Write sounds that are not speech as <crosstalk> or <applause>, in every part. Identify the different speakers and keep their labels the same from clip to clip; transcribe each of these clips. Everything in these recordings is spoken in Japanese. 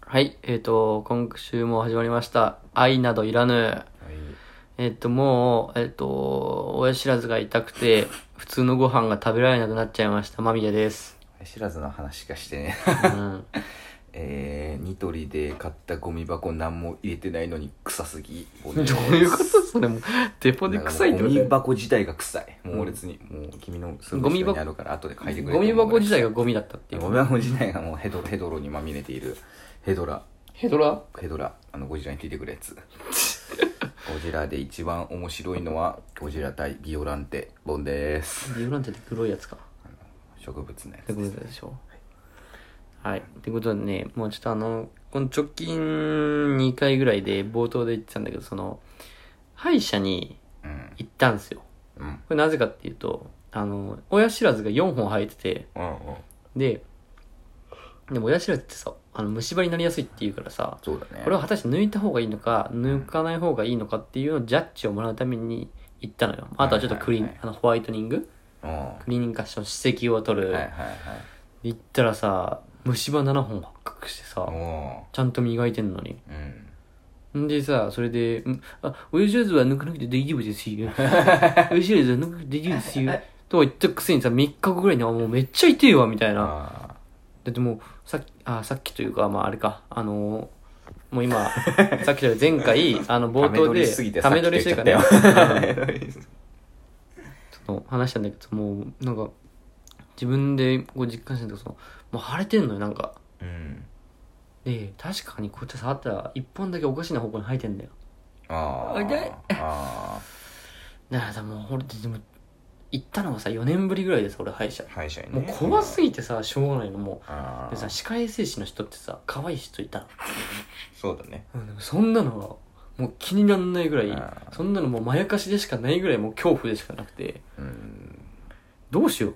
Speaker 1: はい、えっ、と、今週も始まりました。愛などいらぬ。えっ、と、もう、えっ、と、親知らずが痛くて、普通のご飯が食べられなくなっちゃいました。まみやです。
Speaker 2: 知らずの話しかしてね <laughs>
Speaker 1: うん。
Speaker 2: えー、ニトリで買ったゴミ箱何も入れてないのに臭すぎど
Speaker 1: <laughs>
Speaker 2: う
Speaker 1: どういうことそれも、デポで臭いって
Speaker 2: ゴ
Speaker 1: こ
Speaker 2: ミ
Speaker 1: と
Speaker 2: 箱自体が臭い猛烈に、もう君のすぐ
Speaker 1: ゴミ
Speaker 2: 下
Speaker 1: 箱
Speaker 2: にあるから後で嗅いでくれ
Speaker 1: ゴミ箱自体
Speaker 2: が
Speaker 1: がゴミだったってい
Speaker 2: ゴ
Speaker 1: う。
Speaker 2: ミ箱自体がもうヘド <laughs> ヘドロにまみれているヘドラ
Speaker 1: ヘドラ
Speaker 2: ヘドラあのゴジラに聞いてくる
Speaker 1: <laughs>
Speaker 2: やつゴジラで一番面白いのはゴジラ対ビオランテボンです
Speaker 1: ビオランテって黒いやつか。
Speaker 2: 植物のや
Speaker 1: って
Speaker 2: つ
Speaker 1: こ
Speaker 2: です
Speaker 1: とでしょはい。ってことでね、もうちょっとあの、この直近2回ぐらいで冒頭で言ってたんだけど、その、歯医者に
Speaker 2: うん
Speaker 1: 行ったんですよ。
Speaker 2: うん
Speaker 1: これなぜかっていうと、あの、親知らずが4本生えてて、
Speaker 2: うんうん
Speaker 1: で、でも親知らずってさ、あの、虫歯になりやすいっていうからさ、
Speaker 2: そうだね
Speaker 1: これを果たして抜いた方がいいのか、抜かない方がいいのかっていうのをジャッジをもらうために行ったのよ。あとはちょっとクリーン、
Speaker 2: はいはい
Speaker 1: あの、ホワイトニング
Speaker 2: うんは
Speaker 1: クリーニング化粧の歯石を取
Speaker 2: い
Speaker 1: る。
Speaker 2: はいはい
Speaker 1: 行ったらさ虫歯7本発覚してさ
Speaker 2: お
Speaker 1: ちゃんと磨いてんのに
Speaker 2: ーうん
Speaker 1: んでさそれで「んあ親知らずは抜かなくて大丈夫です
Speaker 2: <laughs>
Speaker 1: よ親知らずは抜かなくて大丈夫ですよ」とか言ったくせにさ3日後ぐらいに「あもうめっちゃ痛いわ」みたいな
Speaker 2: あ
Speaker 1: だってもうさっきあさっきというかまああれかあのーもう
Speaker 2: <laughs>
Speaker 1: 今さっきというか前回あの冒頭で
Speaker 2: ため
Speaker 1: 撮
Speaker 2: 撮
Speaker 1: り
Speaker 2: り
Speaker 1: し
Speaker 2: す
Speaker 1: て
Speaker 2: ぎ
Speaker 1: る
Speaker 2: て
Speaker 1: か
Speaker 2: さっきと言
Speaker 1: ら
Speaker 2: っ
Speaker 1: ね
Speaker 2: ちゃったよ
Speaker 1: その話したんだけどもうなんか自分でこう実感したんだけどそのもう腫れてんのよなんか
Speaker 2: うん
Speaker 1: で確かにこうやって触ったら1本だけおかしな方向に生えてんだよ
Speaker 2: あ
Speaker 1: あ
Speaker 2: ー
Speaker 1: 痛い
Speaker 2: あ
Speaker 1: だからさもう俺ってでも行ったのがさ4年ぶりぐらいでさ俺歯医者
Speaker 2: ー歯医者に
Speaker 1: もう
Speaker 2: ね
Speaker 1: 怖すぎてさしょうがないのもう
Speaker 2: あー
Speaker 1: でさ歯科衛生士の人ってさ可愛い人いたの
Speaker 2: そうだね
Speaker 1: うんでもそんなのがもう気になんないぐらい
Speaker 2: あー
Speaker 1: そんなのもうまやかしでしかないぐらいもう恐怖でしかなくて
Speaker 2: うん
Speaker 1: どうしよ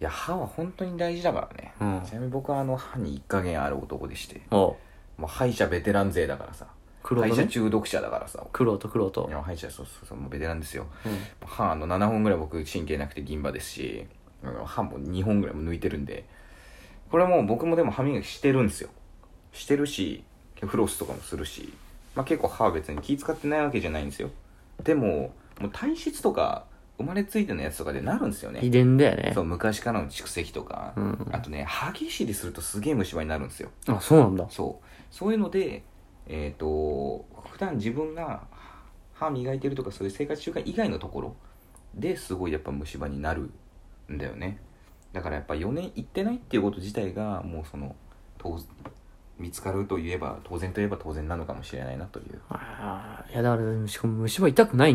Speaker 2: いや歯は本当に大事だからね
Speaker 1: ううん
Speaker 2: ちなみに僕はあの歯に一加減ある男でして
Speaker 1: も
Speaker 2: もう歯医者ベテラン勢だからさ
Speaker 1: う苦労
Speaker 2: 歯医
Speaker 1: と
Speaker 2: 者
Speaker 1: ね
Speaker 2: 中毒者だからさ
Speaker 1: 苦労と苦労
Speaker 2: い
Speaker 1: と
Speaker 2: や歯医者そうそうそうもうベテランですよ
Speaker 1: うん
Speaker 2: 歯あの7本ぐらい僕神経なくて銀歯ですしあの歯も2本ぐらいも抜いてるんでこれもう僕もでも歯磨きしてるんですよしてるしフロスとかもするし、まあ、結構歯は別に気使ってないわけじゃないんですよでももう体質とか生まれついてのやつとかでなるんですよね
Speaker 1: 遺伝だよね
Speaker 2: そう昔からの蓄積とか、
Speaker 1: うん
Speaker 2: あとね歯ぎしりするとすげえ虫歯になるんですよ
Speaker 1: あそうなんだ
Speaker 2: そうそういうのでえっ、と普段自分が歯磨いてるとかそういう生活習慣以外のところですごいやっぱ虫歯になるんだよねだからやっぱ4年行ってないっていうこと自体がもうその当見つかるといえば当然といえば当然なのかもしれないなという
Speaker 1: あーいやだからしかも虫歯痛くない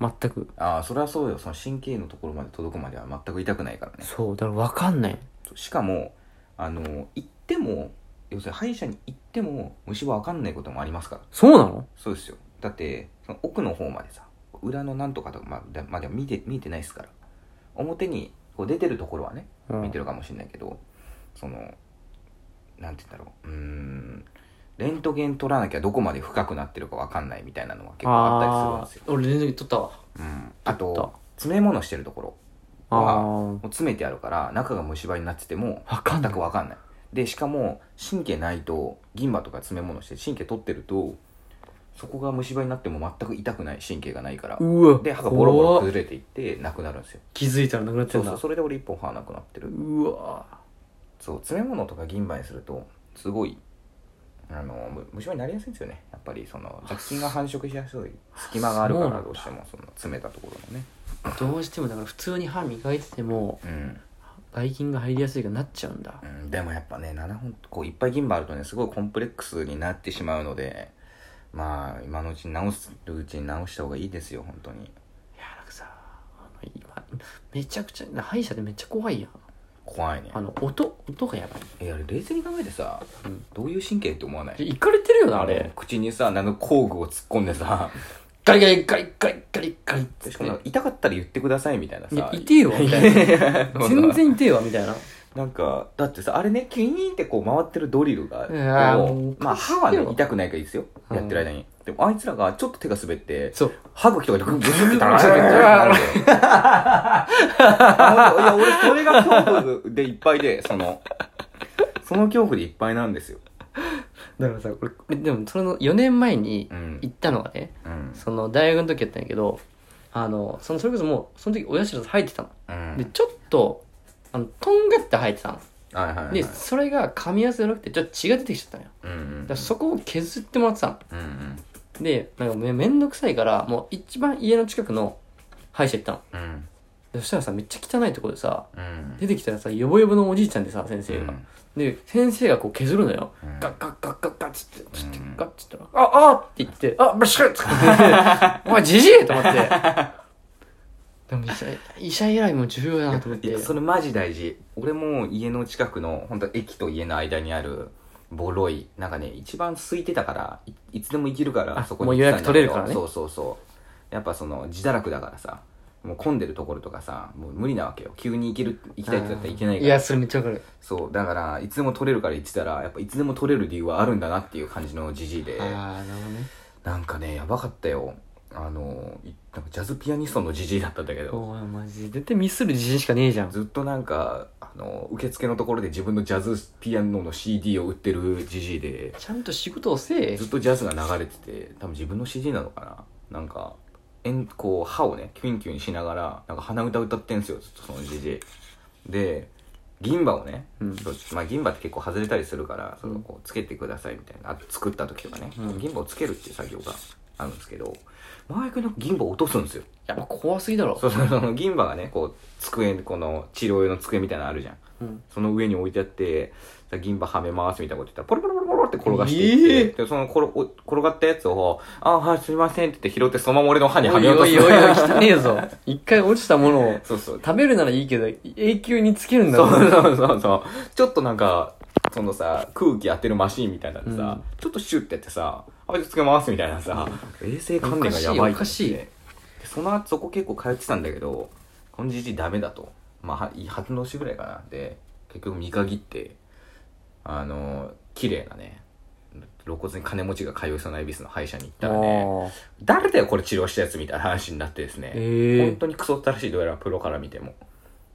Speaker 1: 全く
Speaker 2: ああそれはそうよその神経のところまで届くまでは全く痛くないからね
Speaker 1: そうだから分かんない
Speaker 2: しかもあの行っても要するに歯医者に行っても虫歯わかんないこともありますから
Speaker 1: そうなの
Speaker 2: そうですよだってその奥の方までさ裏のなんとかとかまあで,、まあ、でも見て見えてないですから表にこう出てるところはね
Speaker 1: うん
Speaker 2: 見てるかもしれないけど、そのなんて言うんだろううーんレントゲン取らなきゃどこまで深くなってるかわかんないみたいなのは結構あったりするんですよ
Speaker 1: あー俺全然撮ったわ
Speaker 2: あ,、うん、あ
Speaker 1: 取っ
Speaker 2: と詰め物してるところ
Speaker 1: たあ
Speaker 2: は
Speaker 1: ー
Speaker 2: もう詰めてあるから中が虫歯になってても
Speaker 1: わかんない
Speaker 2: 全くわかんないでしかも神経ないと銀歯とか詰め物して神経取ってるとそこが虫歯になっても全く痛くない神経がないから
Speaker 1: うわ
Speaker 2: で歯がボロボ
Speaker 1: 怖
Speaker 2: ロ
Speaker 1: っ
Speaker 2: 崩れていってなくなるんですよ
Speaker 1: 気づいたらなくなって
Speaker 2: そ
Speaker 1: ん
Speaker 2: う
Speaker 1: だ
Speaker 2: そううそれで俺一本歯なくなってる
Speaker 1: わ
Speaker 2: そう詰め物とか銀歯にするとすごいあのむ虫歯になりやすいんですよねやっぱりその雑菌が繁殖しやすい隙間があるか
Speaker 1: そうな
Speaker 2: ら
Speaker 1: んだ
Speaker 2: どうしてもその詰めたところのね
Speaker 1: どうしてもだから普通に歯磨いてても
Speaker 2: うん
Speaker 1: ばい菌が入りやすいからなっちゃうんだ
Speaker 2: うん、でもやっぱね7本こういっぱい銀歯あるとねすごいコンプレックスになってしまうのでまあ今のうちに直すうちに直した方がいいですよ本当に
Speaker 1: いやなんかさあの今めちゃくちゃ歯医者でめっちゃ怖いやん
Speaker 2: 怖いね
Speaker 1: あの音音がやばい
Speaker 2: えあれ冷静に考えてさ、
Speaker 1: うん
Speaker 2: どういう神経って思わない
Speaker 1: いかれてるよなあれ
Speaker 2: 口にさあの工具を突っ込んでさ
Speaker 1: ガリガリガリガリガリガリって
Speaker 2: しかもなんか痛かったら言ってくださいみたいないさ
Speaker 1: や痛えわみたいな全
Speaker 2: 全然
Speaker 1: 然痛えわみたいな
Speaker 2: なんかだってさあれねキュイーンってこう回ってるドリルが
Speaker 1: いやー
Speaker 2: こう
Speaker 1: もう
Speaker 2: まあ歯はね痛くないからいいですよ
Speaker 1: うん
Speaker 2: やってる間にでもあいつらがちょっと手が滑って
Speaker 1: そう
Speaker 2: 歯茎とかでグッグッグッって話してるんだよ。いや、俺、それが恐怖でいっぱいで、その、その恐怖でいっぱいなんですよ。
Speaker 1: だからさこれこれでもその4年前に
Speaker 2: うん
Speaker 1: 行ったのがね
Speaker 2: うん
Speaker 1: その大学の時やったんやけどあのそのそれこそもうその時親知らず生えてたの
Speaker 2: うん
Speaker 1: でちょっとあのとんがって生えてたの
Speaker 2: はいはいはい
Speaker 1: でそれが噛み合わせじゃなくてちょっと血が出てきちゃったのよ
Speaker 2: うんうん
Speaker 1: だからそこを削ってもらってたの
Speaker 2: うんうん
Speaker 1: でなんかめめんどくさいからもう一番家の近くの歯医者行ったの
Speaker 2: うん
Speaker 1: でそしたらさめっちゃ汚いところでさ
Speaker 2: うん
Speaker 1: 出てきたらさヨボヨボのおじいちゃんでさ先生が、で先生がこう削るのよ、
Speaker 2: うん
Speaker 1: ガッガッガッガッガッつってつって
Speaker 2: うん
Speaker 1: ガッつったら「ああっ!」って言って「あブシュッ!」って言
Speaker 2: <laughs>
Speaker 1: って「お前じじい!」と思ってでも医者医者依頼も重要だなと思っ
Speaker 2: い
Speaker 1: て
Speaker 2: やそれマジ大事俺も家の近くの本当駅と家の間にあるボロいなんかね一番空いてたからいいつでも行けるから
Speaker 1: あ
Speaker 2: そこに
Speaker 1: もう
Speaker 2: 行ってたんだ
Speaker 1: 予
Speaker 2: けど
Speaker 1: 約取れるからね
Speaker 2: そうそうそうやっぱその自堕落だからさもう混んでるところとかさもう無理なわけよ急に行ける行きたいってなったら行けないから
Speaker 1: いやそれめっちゃわかる
Speaker 2: そうだからいつでも取れるから言ってたらやっぱいつでも取れる理由はあるんだなっていう感じのじじいで
Speaker 1: ああなるほどね
Speaker 2: なんかねやばかったよあのいなんかジャズピアニストのじじいだったんだけど
Speaker 1: お前マジで絶対ミスる自信しかねえじゃん
Speaker 2: ずっとなんかあの受付のところで自分のジャズピアノの CD を売ってるじじいで
Speaker 1: ちゃんと仕事をせえ
Speaker 2: ずっとジャズが流れてて多分自分の CD なのかななんかえんこう歯をねキュンキュンしながらなんか鼻歌歌ってんすよずっとそのじじいで銀歯をね、
Speaker 1: うん
Speaker 2: そうまあ、銀歯って結構外れたりするからそれをこうつけてくださいみたいなあと作った時とかね、
Speaker 1: うん
Speaker 2: 銀歯をつけるっていう作業があるんですけど周りくん銀歯を落とすんですよ
Speaker 1: やっぱ怖すぎだろ
Speaker 2: そうそうその銀歯がねこう机この治療用の机みたいなのあるじゃん
Speaker 1: うん
Speaker 2: その上に置いてあって、さ銀歯はめますみたいなこと言ったら、ポロポロポロポロって転がしていって、でその転お転がったやつを、あ、はい、すいませんって言って拾って、そのまま俺の歯に
Speaker 1: お
Speaker 2: はめ
Speaker 1: い
Speaker 2: ようと
Speaker 1: お
Speaker 2: す
Speaker 1: い
Speaker 2: る
Speaker 1: おい。おい汚ねえぞ一回落ちたものを
Speaker 2: <laughs> そうそう。
Speaker 1: 食べるならいいけど永久につけるんだ
Speaker 2: そ
Speaker 1: ろう
Speaker 2: うそうそうそう。ちょっとなんか、そのさ、空気当てるマシーンみたいなの
Speaker 1: う
Speaker 2: さ
Speaker 1: ん、
Speaker 2: ちょっとシュッてやってさ、あ、じゃあつけますみたいなさ、衛生観念がやばいと思って
Speaker 1: おかしいおかしい
Speaker 2: でその後、そこ結構通ってたんだけど、このじじいダメだと。まあ、はい初の年ぐらいかな。で、結局見限って、あの、綺麗なね、露骨に金持ちが通いそうな恵比寿の歯医者に行ったらね、
Speaker 1: あー
Speaker 2: 誰だよこれ治療したやつみたいな話になってですね。
Speaker 1: ええ
Speaker 2: 本当にクソったらしいどうやらプロから見ても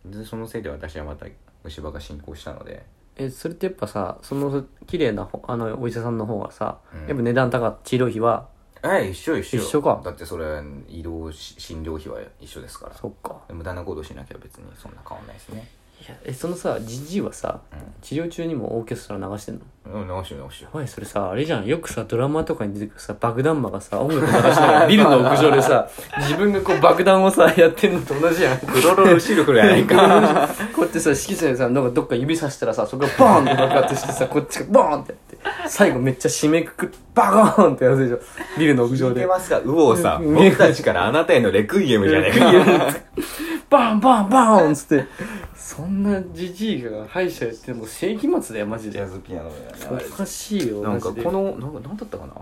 Speaker 2: でそのせいで私はまた虫歯が進行したので
Speaker 1: えそれってやっぱさその綺麗なほあのお医者さんの方がさ、
Speaker 2: うん
Speaker 1: やっぱ値段高い治療費は
Speaker 2: え一緒一緒
Speaker 1: 一緒か
Speaker 2: だってそれ移動し診療費は一緒ですから
Speaker 1: そっか
Speaker 2: 無駄な行動しなきゃ別にそんな変わんないですね
Speaker 1: いやえそのさじじいはさ
Speaker 2: うん
Speaker 1: 治療中にもオーケストラ流してんの
Speaker 2: うん直しよう直しよ
Speaker 1: おいそれさあれじゃんよくさドラマとかに出てくるさ爆弾魔がさ音楽流しなが
Speaker 2: <laughs>
Speaker 1: らビルの屋上でさ自分がこう爆弾をさやってんのと同じやん
Speaker 2: うクロロルシルクやない <laughs> か
Speaker 1: <laughs> こうやってさ指揮者にさなんかどっか指さしたらさそこがバーンって爆発してさこっちがバーンってやって最後めっちゃ締めくくってバコーンってやるでしょビルの屋
Speaker 2: 聞
Speaker 1: 上
Speaker 2: いて
Speaker 1: で
Speaker 2: ますかウオさん
Speaker 1: うん
Speaker 2: 僕たちからあなたへのレクイエムじゃないか
Speaker 1: バンバンバンっつってそんなじじいが歯医者やってもう世紀末だよマジ
Speaker 2: ジ
Speaker 1: で
Speaker 2: ャズピアノや
Speaker 1: おかしいよ
Speaker 2: なんか
Speaker 1: マジで
Speaker 2: このなんかなんだったかな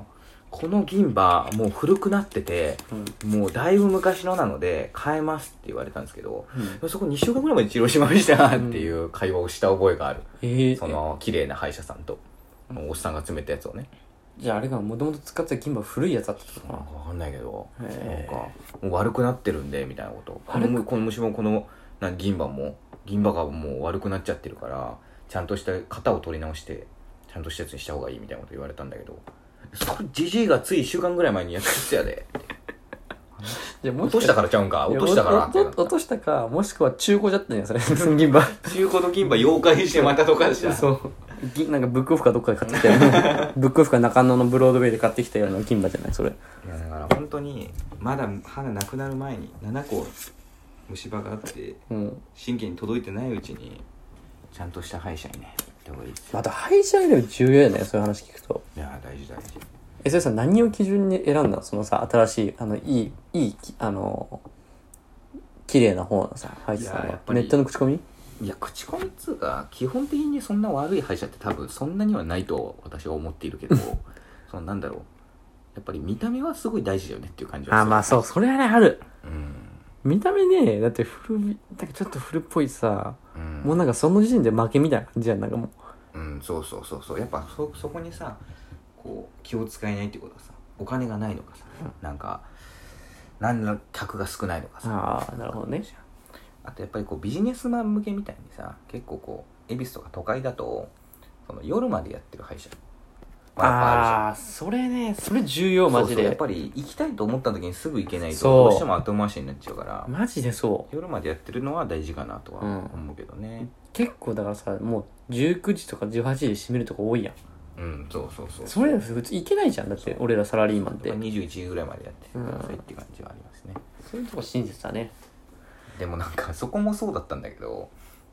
Speaker 2: この銀歯もう古くなってて
Speaker 1: うん
Speaker 2: もうだいぶ昔のなので変えますって言われたんですけど
Speaker 1: うん
Speaker 2: そこ2週間ぐらいまで治療しましたっていう会話をした覚えがある、
Speaker 1: えー
Speaker 2: その綺麗な歯医者さんと、おっさんが詰めたやつをね
Speaker 1: じゃああれがもともと使ってた銀歯古いやつだったの
Speaker 2: なん
Speaker 1: か
Speaker 2: か分かんないけどなんか
Speaker 1: へー
Speaker 2: もう悪くなってるんでみたいなことこ
Speaker 1: 悪
Speaker 2: のこの虫もこのなん銀歯も銀歯がもう悪くなっちゃってるからちゃんとした型を取り直してちゃんとしたやつにした方がいいみたいなこと言われたんだけどそこじじいがつい1週間ぐらい前にやってたやで
Speaker 1: なじゃあも
Speaker 2: 落
Speaker 1: しか
Speaker 2: としたからちゃうんか
Speaker 1: いや
Speaker 2: 落としたから
Speaker 1: お
Speaker 2: っ
Speaker 1: お
Speaker 2: てなっ
Speaker 1: と落としたかもしくは中古じゃったんやそれ <laughs> 銀歯
Speaker 2: た中古の銀歯妖怪してまた溶かした
Speaker 1: そう銀なんかブックオフかどっかで買ってきたよ
Speaker 2: <laughs>
Speaker 1: ねブックオフか中野のブロードウェイで買ってきたような銀歯じゃないそれ
Speaker 2: いやだから本当にまだ歯がなくなる前に7個虫歯があって
Speaker 1: うん
Speaker 2: 神経に届いてないうちにちゃんとした歯医者にね行った方がいいです
Speaker 1: また歯医者より重要やねそういう話聞くと
Speaker 2: いや大事大事
Speaker 1: えそれさ何を基準に選んだのそのさ新しいあのいいいいきあの綺麗な方のさ歯医者さん
Speaker 2: いやや
Speaker 1: は
Speaker 2: っぱ
Speaker 1: ネ
Speaker 2: り
Speaker 1: ットの口コミ
Speaker 2: いや口コミっつうか基本的にそんな悪い歯医者って多分そんなにはないと私は思っているけ <laughs> どそのなんだろうやっぱり見た目はすごい大事だよねっていう感じはする
Speaker 1: あまあそうそれはねある
Speaker 2: うん
Speaker 1: 見た目ねだって古びなんかちょっと古っぽいさ、
Speaker 2: うん
Speaker 1: もうなんかその時点で負けみたいな感じやんなんかもう
Speaker 2: うんそうそうそうそうやっぱそそこにさこう気を使えないってことはさお金がないのかさ、なんか何の客が少ないのかさ
Speaker 1: ああなるほどね
Speaker 2: あとやっぱりこうビジネスマン向けみたいにさ結構こう恵比寿とか都会だとその夜までやってる歯医者まあ、やっぱあるじゃん
Speaker 1: ああーそれねそれ重要マジ
Speaker 2: そうそうやっ
Speaker 1: で
Speaker 2: ぱり行きたいと思った時にすぐ行けないと
Speaker 1: そう
Speaker 2: どうしても後回しになっちゃうから
Speaker 1: マジでそ
Speaker 2: 夜までやってるのは大事かなとは
Speaker 1: うん
Speaker 2: 思うけどね
Speaker 1: う結構だからさもう19時とか18時で閉めるとこ多いやん
Speaker 2: うん、そうそうそう
Speaker 1: それ普通行けないじゃんだって俺らサラリーマンっ
Speaker 2: や
Speaker 1: て
Speaker 2: っぱ21時ぐらいまでやってくださいって感じはありますね、
Speaker 1: そういうとこ親切だね
Speaker 2: でもなんかそこもそうだったんだけど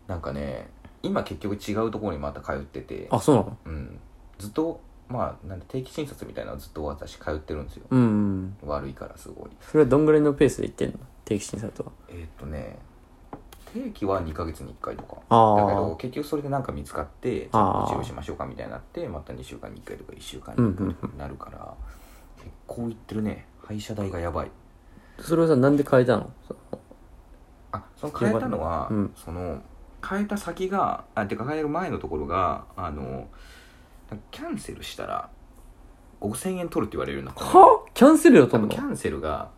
Speaker 2: なんかね今結局違うところにまた通ってて
Speaker 1: あそうなの
Speaker 2: うんずっとまあなんで定期診察みたいなのずっと私通ってるんですよ
Speaker 1: うんうん
Speaker 2: 悪いからすごい
Speaker 1: それはどんぐらいのペースで行ってんの定期診察は
Speaker 2: えーっとね定期は2ヶ月に1回とか
Speaker 1: あ
Speaker 2: だけど
Speaker 1: あ
Speaker 2: 結局それで何か見つかってち
Speaker 1: あー
Speaker 2: ょっと治療しましょうかみたいになってまた2週間に1回とか1週間
Speaker 1: う
Speaker 2: に
Speaker 1: んう
Speaker 2: 1
Speaker 1: ん
Speaker 2: 回になるから、結構いってるね歯医者代がやばい
Speaker 1: それはさなんで変えたのそ
Speaker 2: あその変えたのは、
Speaker 1: うん
Speaker 2: その変えた先があてか変える前のところがあのキャンセルしたら5000円取るって言われるようになったの
Speaker 1: はキャンセル料
Speaker 2: 多
Speaker 1: 取ん
Speaker 2: 分
Speaker 1: の
Speaker 2: キャンセルが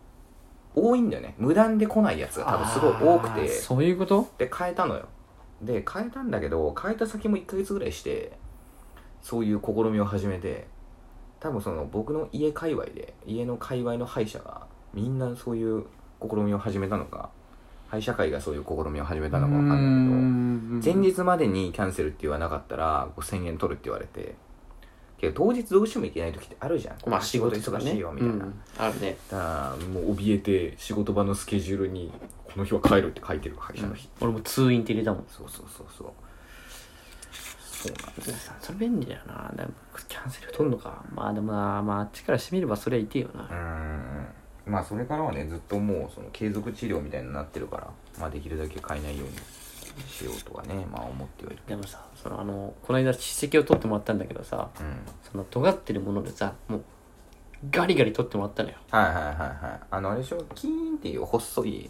Speaker 2: 多いんだよね無断で来ないやつが多分すごい多く
Speaker 1: あー
Speaker 2: て
Speaker 1: そういうこと
Speaker 2: で変えたのよで変えたんだけど変えた先も1ヶ月ぐらいしてそういう試みを始めて多分その僕の家界隈で家の界隈の歯医者がみんなそういう試みを始めたのか歯医者会がそういう試みを始めたのかわかんないけど前日までにキャンセルって言わなかったら5000円取るって言われてけど当日どうしても行けない時ってあるじゃん、
Speaker 1: まあ仕事忙
Speaker 2: 忙
Speaker 1: し
Speaker 2: し
Speaker 1: い
Speaker 2: い
Speaker 1: よ
Speaker 2: よ
Speaker 1: み
Speaker 2: み
Speaker 1: たいな、
Speaker 2: たいな、
Speaker 1: あるね
Speaker 2: だからもう怯えて仕事場のスケジュールにこの日は帰るって書いてる歯医者の日、
Speaker 1: 俺も通院って入れたもん
Speaker 2: そうそうそうそうそうなんです
Speaker 1: それ便利だよなでもキャンセル料取るのかまあでもなまああっちからしてみればそれはいてよな、
Speaker 2: うーんまあそれからはねずっともうその継続治療みたいになってるから、まあ、できるだけ変えないようにしようとはねまあ思ってはいる
Speaker 1: でもさそのあのこの間歯石を取ってもらったんだけどさ
Speaker 2: うん
Speaker 1: その尖ってるものでさもうガリガリ取ってもらったのよ
Speaker 2: はいはいはいはいあのあれでしょキーンっていう細い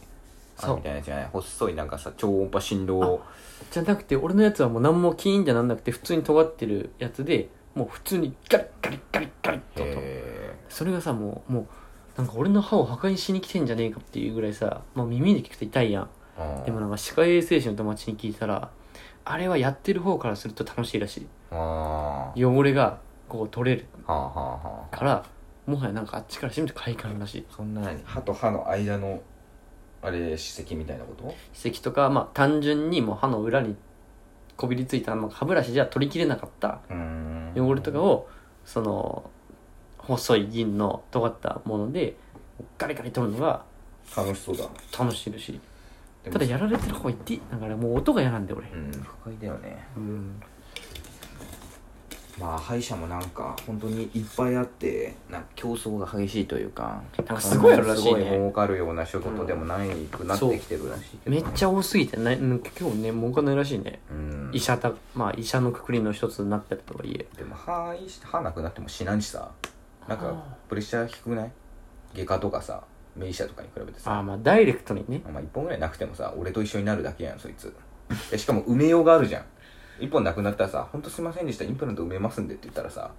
Speaker 2: あ
Speaker 1: そう
Speaker 2: みたいなやつじゃない細いなんかさ超音波振動
Speaker 1: じゃなくて俺のやつはもう何もキーンじゃなんなくて普通に尖ってるやつでもう普通にガリガリガリガリって音
Speaker 2: へ
Speaker 1: それがさもうもうなんか俺の歯を破壊しに来てんじゃねえかっていうぐらいさ、まあ、耳で聞くと痛いやん
Speaker 2: ー
Speaker 1: でもなんか歯科衛生士の友達に聞いたらあれはやってる方からすると楽しいらし
Speaker 2: あーはい
Speaker 1: 汚れがこう取れる
Speaker 2: あはあはあ
Speaker 1: からもはやなんかあっちからしてみると快感らしい
Speaker 2: そんな何歯と歯の間のあれ歯石みたいなこと
Speaker 1: 歯石とか、まあ、単純にもう歯の裏にこびりついた、まあ、歯ブラシじゃ取りきれなかった
Speaker 2: うーん
Speaker 1: 汚れとかをその細い銀の尖ったものでガリガリ取るのが
Speaker 2: 楽しそうだ
Speaker 1: 楽しいらしい
Speaker 2: でも
Speaker 1: ただやられてる方がいってだからもう音が嫌なんだよ俺
Speaker 2: うん不快だよね
Speaker 1: うん
Speaker 2: まあ歯医者もなんか本当にいっぱいあってなんか競争が激しいというかなん
Speaker 1: かすごいあるらしいね
Speaker 2: すごい儲かるような仕事でもないくなってきてるらしいけど
Speaker 1: めっちゃ多すぎてねうん今日ね儲かんないらしいね
Speaker 2: うん
Speaker 1: 医者たまあ医者のくくりの一つになってたとはいえ
Speaker 2: でも歯医者歯なくなっても死なんしさなん
Speaker 1: あ
Speaker 2: かプレッシャー低くない外科とかさ名医者とかに比べて
Speaker 1: あ
Speaker 2: さ
Speaker 1: あまあダイレクトにね
Speaker 2: まあ、1本ぐらいなくてもさ俺と一緒になるだけやんそいつでしかも埋めようがあるじゃん1本なくなったらさ「ほんとすいませんでしたインプラント埋めますんで」って言ったらさ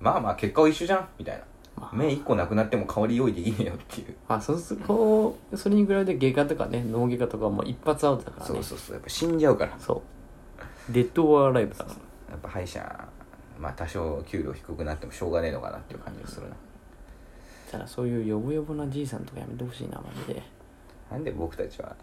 Speaker 2: まあまあ結果は一緒じゃんみたいな
Speaker 1: まあ
Speaker 2: 目1個なくなっても代わり用意できねえよっていう
Speaker 1: まあそうすこうそれに比べて外科とかね脳外科とかはもう一発アウトだからね
Speaker 2: そうそうそうやっぱ死んじゃうから
Speaker 1: そうデッドオアライブだから
Speaker 2: やっぱ歯医者まあ多少給料低くなってもしょうがねえのかなっていう感じがするな
Speaker 1: ただそういうヨボヨボなじいさんとかやめてほしいなマジで
Speaker 2: なんで僕たちは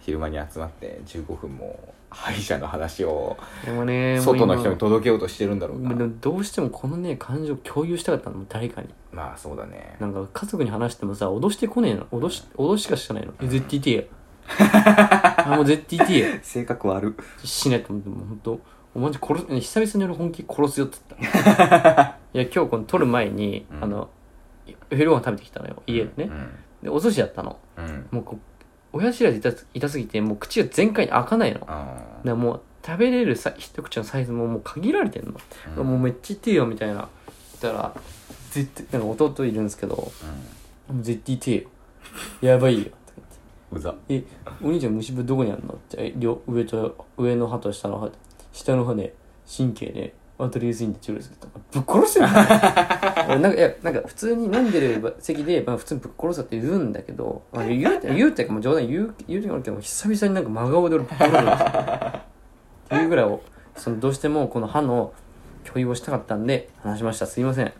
Speaker 2: 昼間に集まって15分も歯医者の話を
Speaker 1: でもね
Speaker 2: 外の人
Speaker 1: もう
Speaker 2: に届けようとしてるんだろう
Speaker 1: 今
Speaker 2: な
Speaker 1: でもどうしてもこのね感情を共有したかったの誰かに
Speaker 2: まあそうだね
Speaker 1: なんか家族に話してもさ脅してこねえの脅し脅しかしかないのえ絶対言ってよ
Speaker 2: <laughs>
Speaker 1: あもう絶対言ってよ
Speaker 2: 性格悪っ
Speaker 1: しないと思ってもう本当お前殺す久々に俺本気で殺すよって言った
Speaker 2: <laughs>
Speaker 1: いや今日この撮る前に、
Speaker 2: うん
Speaker 1: あの昼ご飯食べてきたのよ家でね、
Speaker 2: う
Speaker 1: でお寿司やったの
Speaker 2: ん、うん
Speaker 1: もうこう親知らず痛す痛すぎてもう口が全開に開かないのだか
Speaker 2: あ
Speaker 1: らもう食べれるさ一口のサイズももう限られてんの、
Speaker 2: ーうん
Speaker 1: もうめっちゃ痛いよみたいな言ったら絶対なんか弟いるんですけどもう絶対痛いよやばいよとか言って
Speaker 2: うんうざ
Speaker 1: え、お兄ちゃん虫歯どこにあるのって、え両上と、上の歯と下の歯、下の歯ね、神経ね、当たりやすいんで治療するとか、ぶっ殺すよ、ね、俺なんか、いや、なんか普通に飲んでる席で、まあ普通にぶっ殺すって言うんだけど、まあ、言うて、言うてかもう冗談言う、言うてもあるけど、久々になんか真顔で俺ぶっ殺すんですよ。っていうぐらいを、そのどうしてもこの歯の、共有をしたかったんで話しましたすいません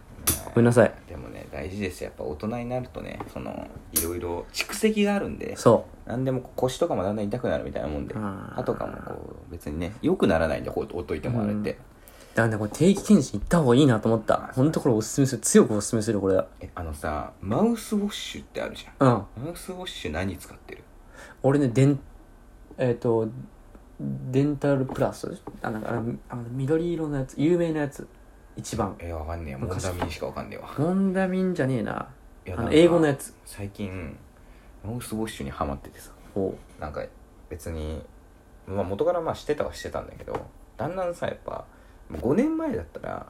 Speaker 1: ごめんなさい
Speaker 2: でもね大事ですよやっぱ大人になるとねそのいろいろ蓄積があるんで
Speaker 1: そ
Speaker 2: 何でもこう腰とかもだんだん痛くなるみたいなもんで
Speaker 1: うん
Speaker 2: 歯とかもこう別にね良くならないんでほっといてもあれって、
Speaker 1: うだからねこれ定期検診行った方がいいなと思ったほんとこれおすすめする強くおすすめするこれは
Speaker 2: えあのさマウスウォッシュってあるじゃ
Speaker 1: うん
Speaker 2: んマウスウォッシュ何使ってる
Speaker 1: 俺ねデンえっ、とデンタルプラスあなんかあのあの緑色のやつ有名なやつ一番
Speaker 2: えわかんねえモンダミンしかわかんねえわ
Speaker 1: モンダミンじゃねえない
Speaker 2: や
Speaker 1: あ
Speaker 2: なん
Speaker 1: の
Speaker 2: か
Speaker 1: 英語のやつ
Speaker 2: 最近マウスウォッシュにハマっててさ
Speaker 1: ほ
Speaker 2: なんか別に、まあ、元からまあしてたはしてたんだけどだんだんさやっぱ5年前だったら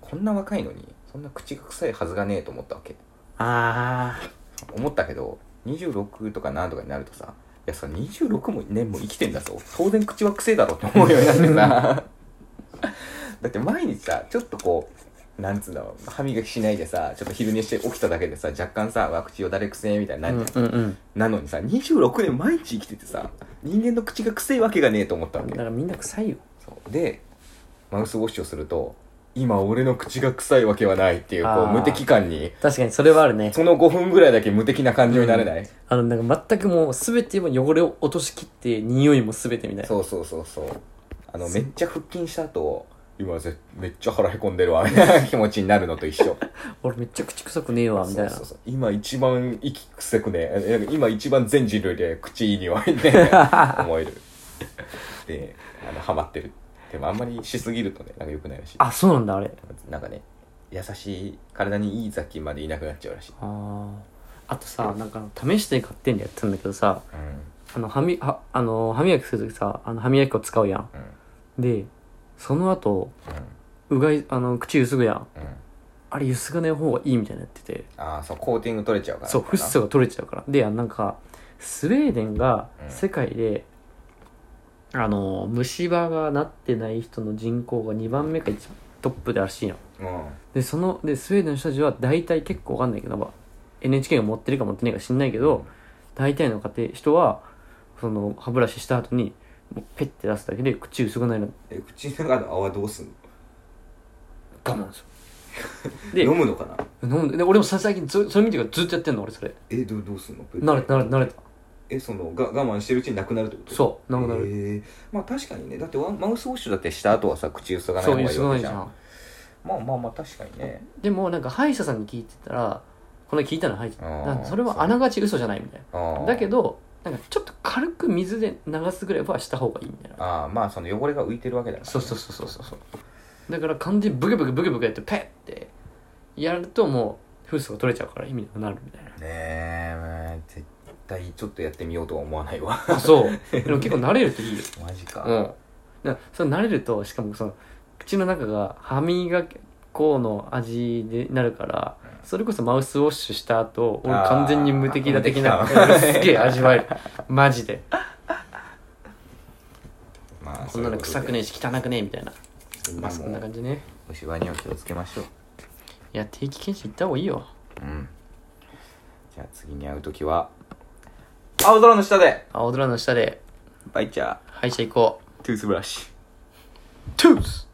Speaker 2: こんな若いのにそんな口が臭いはずがねえと思ったわけ
Speaker 1: うああ
Speaker 2: 思ったけど26とか何とかになるとさいやさ26も年も生きてんだぞ当然口は臭えだろって思うようになってさ <laughs> だって毎日さちょっとこうなんつうんだろう歯磨きしないでさちょっと昼寝して起きただけでさ若干さわ口よだれくせえみたいにな
Speaker 1: う
Speaker 2: る
Speaker 1: ん
Speaker 2: じゃん
Speaker 1: うんうん
Speaker 2: なのにさ26年毎日生きててさ人間の口が臭いわけがねえと思ったわ
Speaker 1: だ
Speaker 2: け
Speaker 1: からみんな臭いよ
Speaker 2: そうでマウスウォッシュをすると今俺の口が臭いわけはないっていうこ
Speaker 1: あ
Speaker 2: う
Speaker 1: ー
Speaker 2: 無敵感に
Speaker 1: 確かにそれはあるね
Speaker 2: その5分ぐらいだけ無敵な感情になれない、
Speaker 1: あのなんか全くもう全ても汚れを落としきって匂いも全てみたいな
Speaker 2: そうそうそうそうあのめっちゃ腹筋した後今ぜめっちゃ腹へこんでるわみたいな気持ちになるのと一緒
Speaker 1: 俺めっちゃ口臭くねえわみたいな
Speaker 2: そうそうそう今一番息くせくねえなんか今一番全人類で口いい匂いって
Speaker 1: <laughs>
Speaker 2: 思えるであのハマってるでもあんまりしすぎるとねなんか良くないらしい
Speaker 1: あそうなんだあれ
Speaker 2: なんかね優しい体にいい雑菌までいなくなっちゃうらしい、
Speaker 1: あーあとさなんか試して買ってんでやってたんだけどさ
Speaker 2: う
Speaker 1: あ
Speaker 2: ん
Speaker 1: の歯みはあの歯磨きするときさあの歯磨き粉使うやん
Speaker 2: うん
Speaker 1: でその後
Speaker 2: うん
Speaker 1: うがいあの口ゆすぐやん
Speaker 2: うん、
Speaker 1: あれゆすがない方がいいみたいになってて
Speaker 2: ああそうコーティング取れちゃうから
Speaker 1: そうフッ素が取れちゃうからであなんかスウェーデンが
Speaker 2: うん
Speaker 1: 世界で、あの虫歯がなってない人の人口が2番目か一トップでらしいやん
Speaker 2: うん
Speaker 1: でそのでスウェーデンの人たちは大体結構わかんないけど、まあ NHK が持ってるか持ってないか知んないけど大体の家庭人はその歯ブラシした後にもうペッて出すだけで口薄くなるの
Speaker 2: え口の中の泡どうすんの
Speaker 1: 我慢す
Speaker 2: <laughs>
Speaker 1: るで
Speaker 2: むのかな
Speaker 1: 飲んでで俺もさ最近ずそれ見てからずっとやってんの俺それ
Speaker 2: えどうどうすんの
Speaker 1: 慣れた慣れた慣れた
Speaker 2: えそのが我慢してるうちになくなるってこと
Speaker 1: そうなくなる、
Speaker 2: へえまあ確かにねだってワンマウスウォッシュだってした後はさ口ゆすがない
Speaker 1: そ
Speaker 2: 方
Speaker 1: う
Speaker 2: が
Speaker 1: ゆ
Speaker 2: いい
Speaker 1: すが
Speaker 2: わ
Speaker 1: ない
Speaker 2: け
Speaker 1: じ
Speaker 2: じゃ
Speaker 1: ゃ
Speaker 2: ん
Speaker 1: ん
Speaker 2: まあまあまあ確かにね
Speaker 1: でもなんか歯医者さんに聞いてたらこの聞いたの歯医者
Speaker 2: あー
Speaker 1: だからそれはあながち嘘じゃないみたい
Speaker 2: あ
Speaker 1: な
Speaker 2: あ
Speaker 1: だけどなんかちょっと軽く水で流すぐらいはした方がいいみたいな
Speaker 2: ああまあその汚れが浮いてるわけだからね
Speaker 1: そうそうそうそうそうそうだから完全にブケブケブケブケやってペッてやるともうフッ素が取れちゃうから意味なくなるみたいな
Speaker 2: ねえ絶対ちょっとやってみようとは思わないわ <laughs>
Speaker 1: あそうでも結構慣れるといいよ
Speaker 2: マジか
Speaker 1: うんだからそれ慣れるとしかもその口の中が歯磨き粉の味でなるからそれこそマウスウォッシュした後俺
Speaker 2: あー
Speaker 1: 完全に無敵だ的な
Speaker 2: 無敵だ
Speaker 1: すげえ味わえるマジで
Speaker 2: まあ
Speaker 1: こんなの臭くねえし汚くねえみたいなまあそ
Speaker 2: そ
Speaker 1: ん
Speaker 2: ん
Speaker 1: な
Speaker 2: な感
Speaker 1: 感
Speaker 2: じ
Speaker 1: じね
Speaker 2: 虫歯には気をつけましょう
Speaker 1: いや定期検診行った方がいいよ
Speaker 2: うんじゃあ次に会う時は青空の下で
Speaker 1: 青空の下で
Speaker 2: バイチャー
Speaker 1: 歯医者行こう
Speaker 2: トゥースブラシ
Speaker 1: トゥース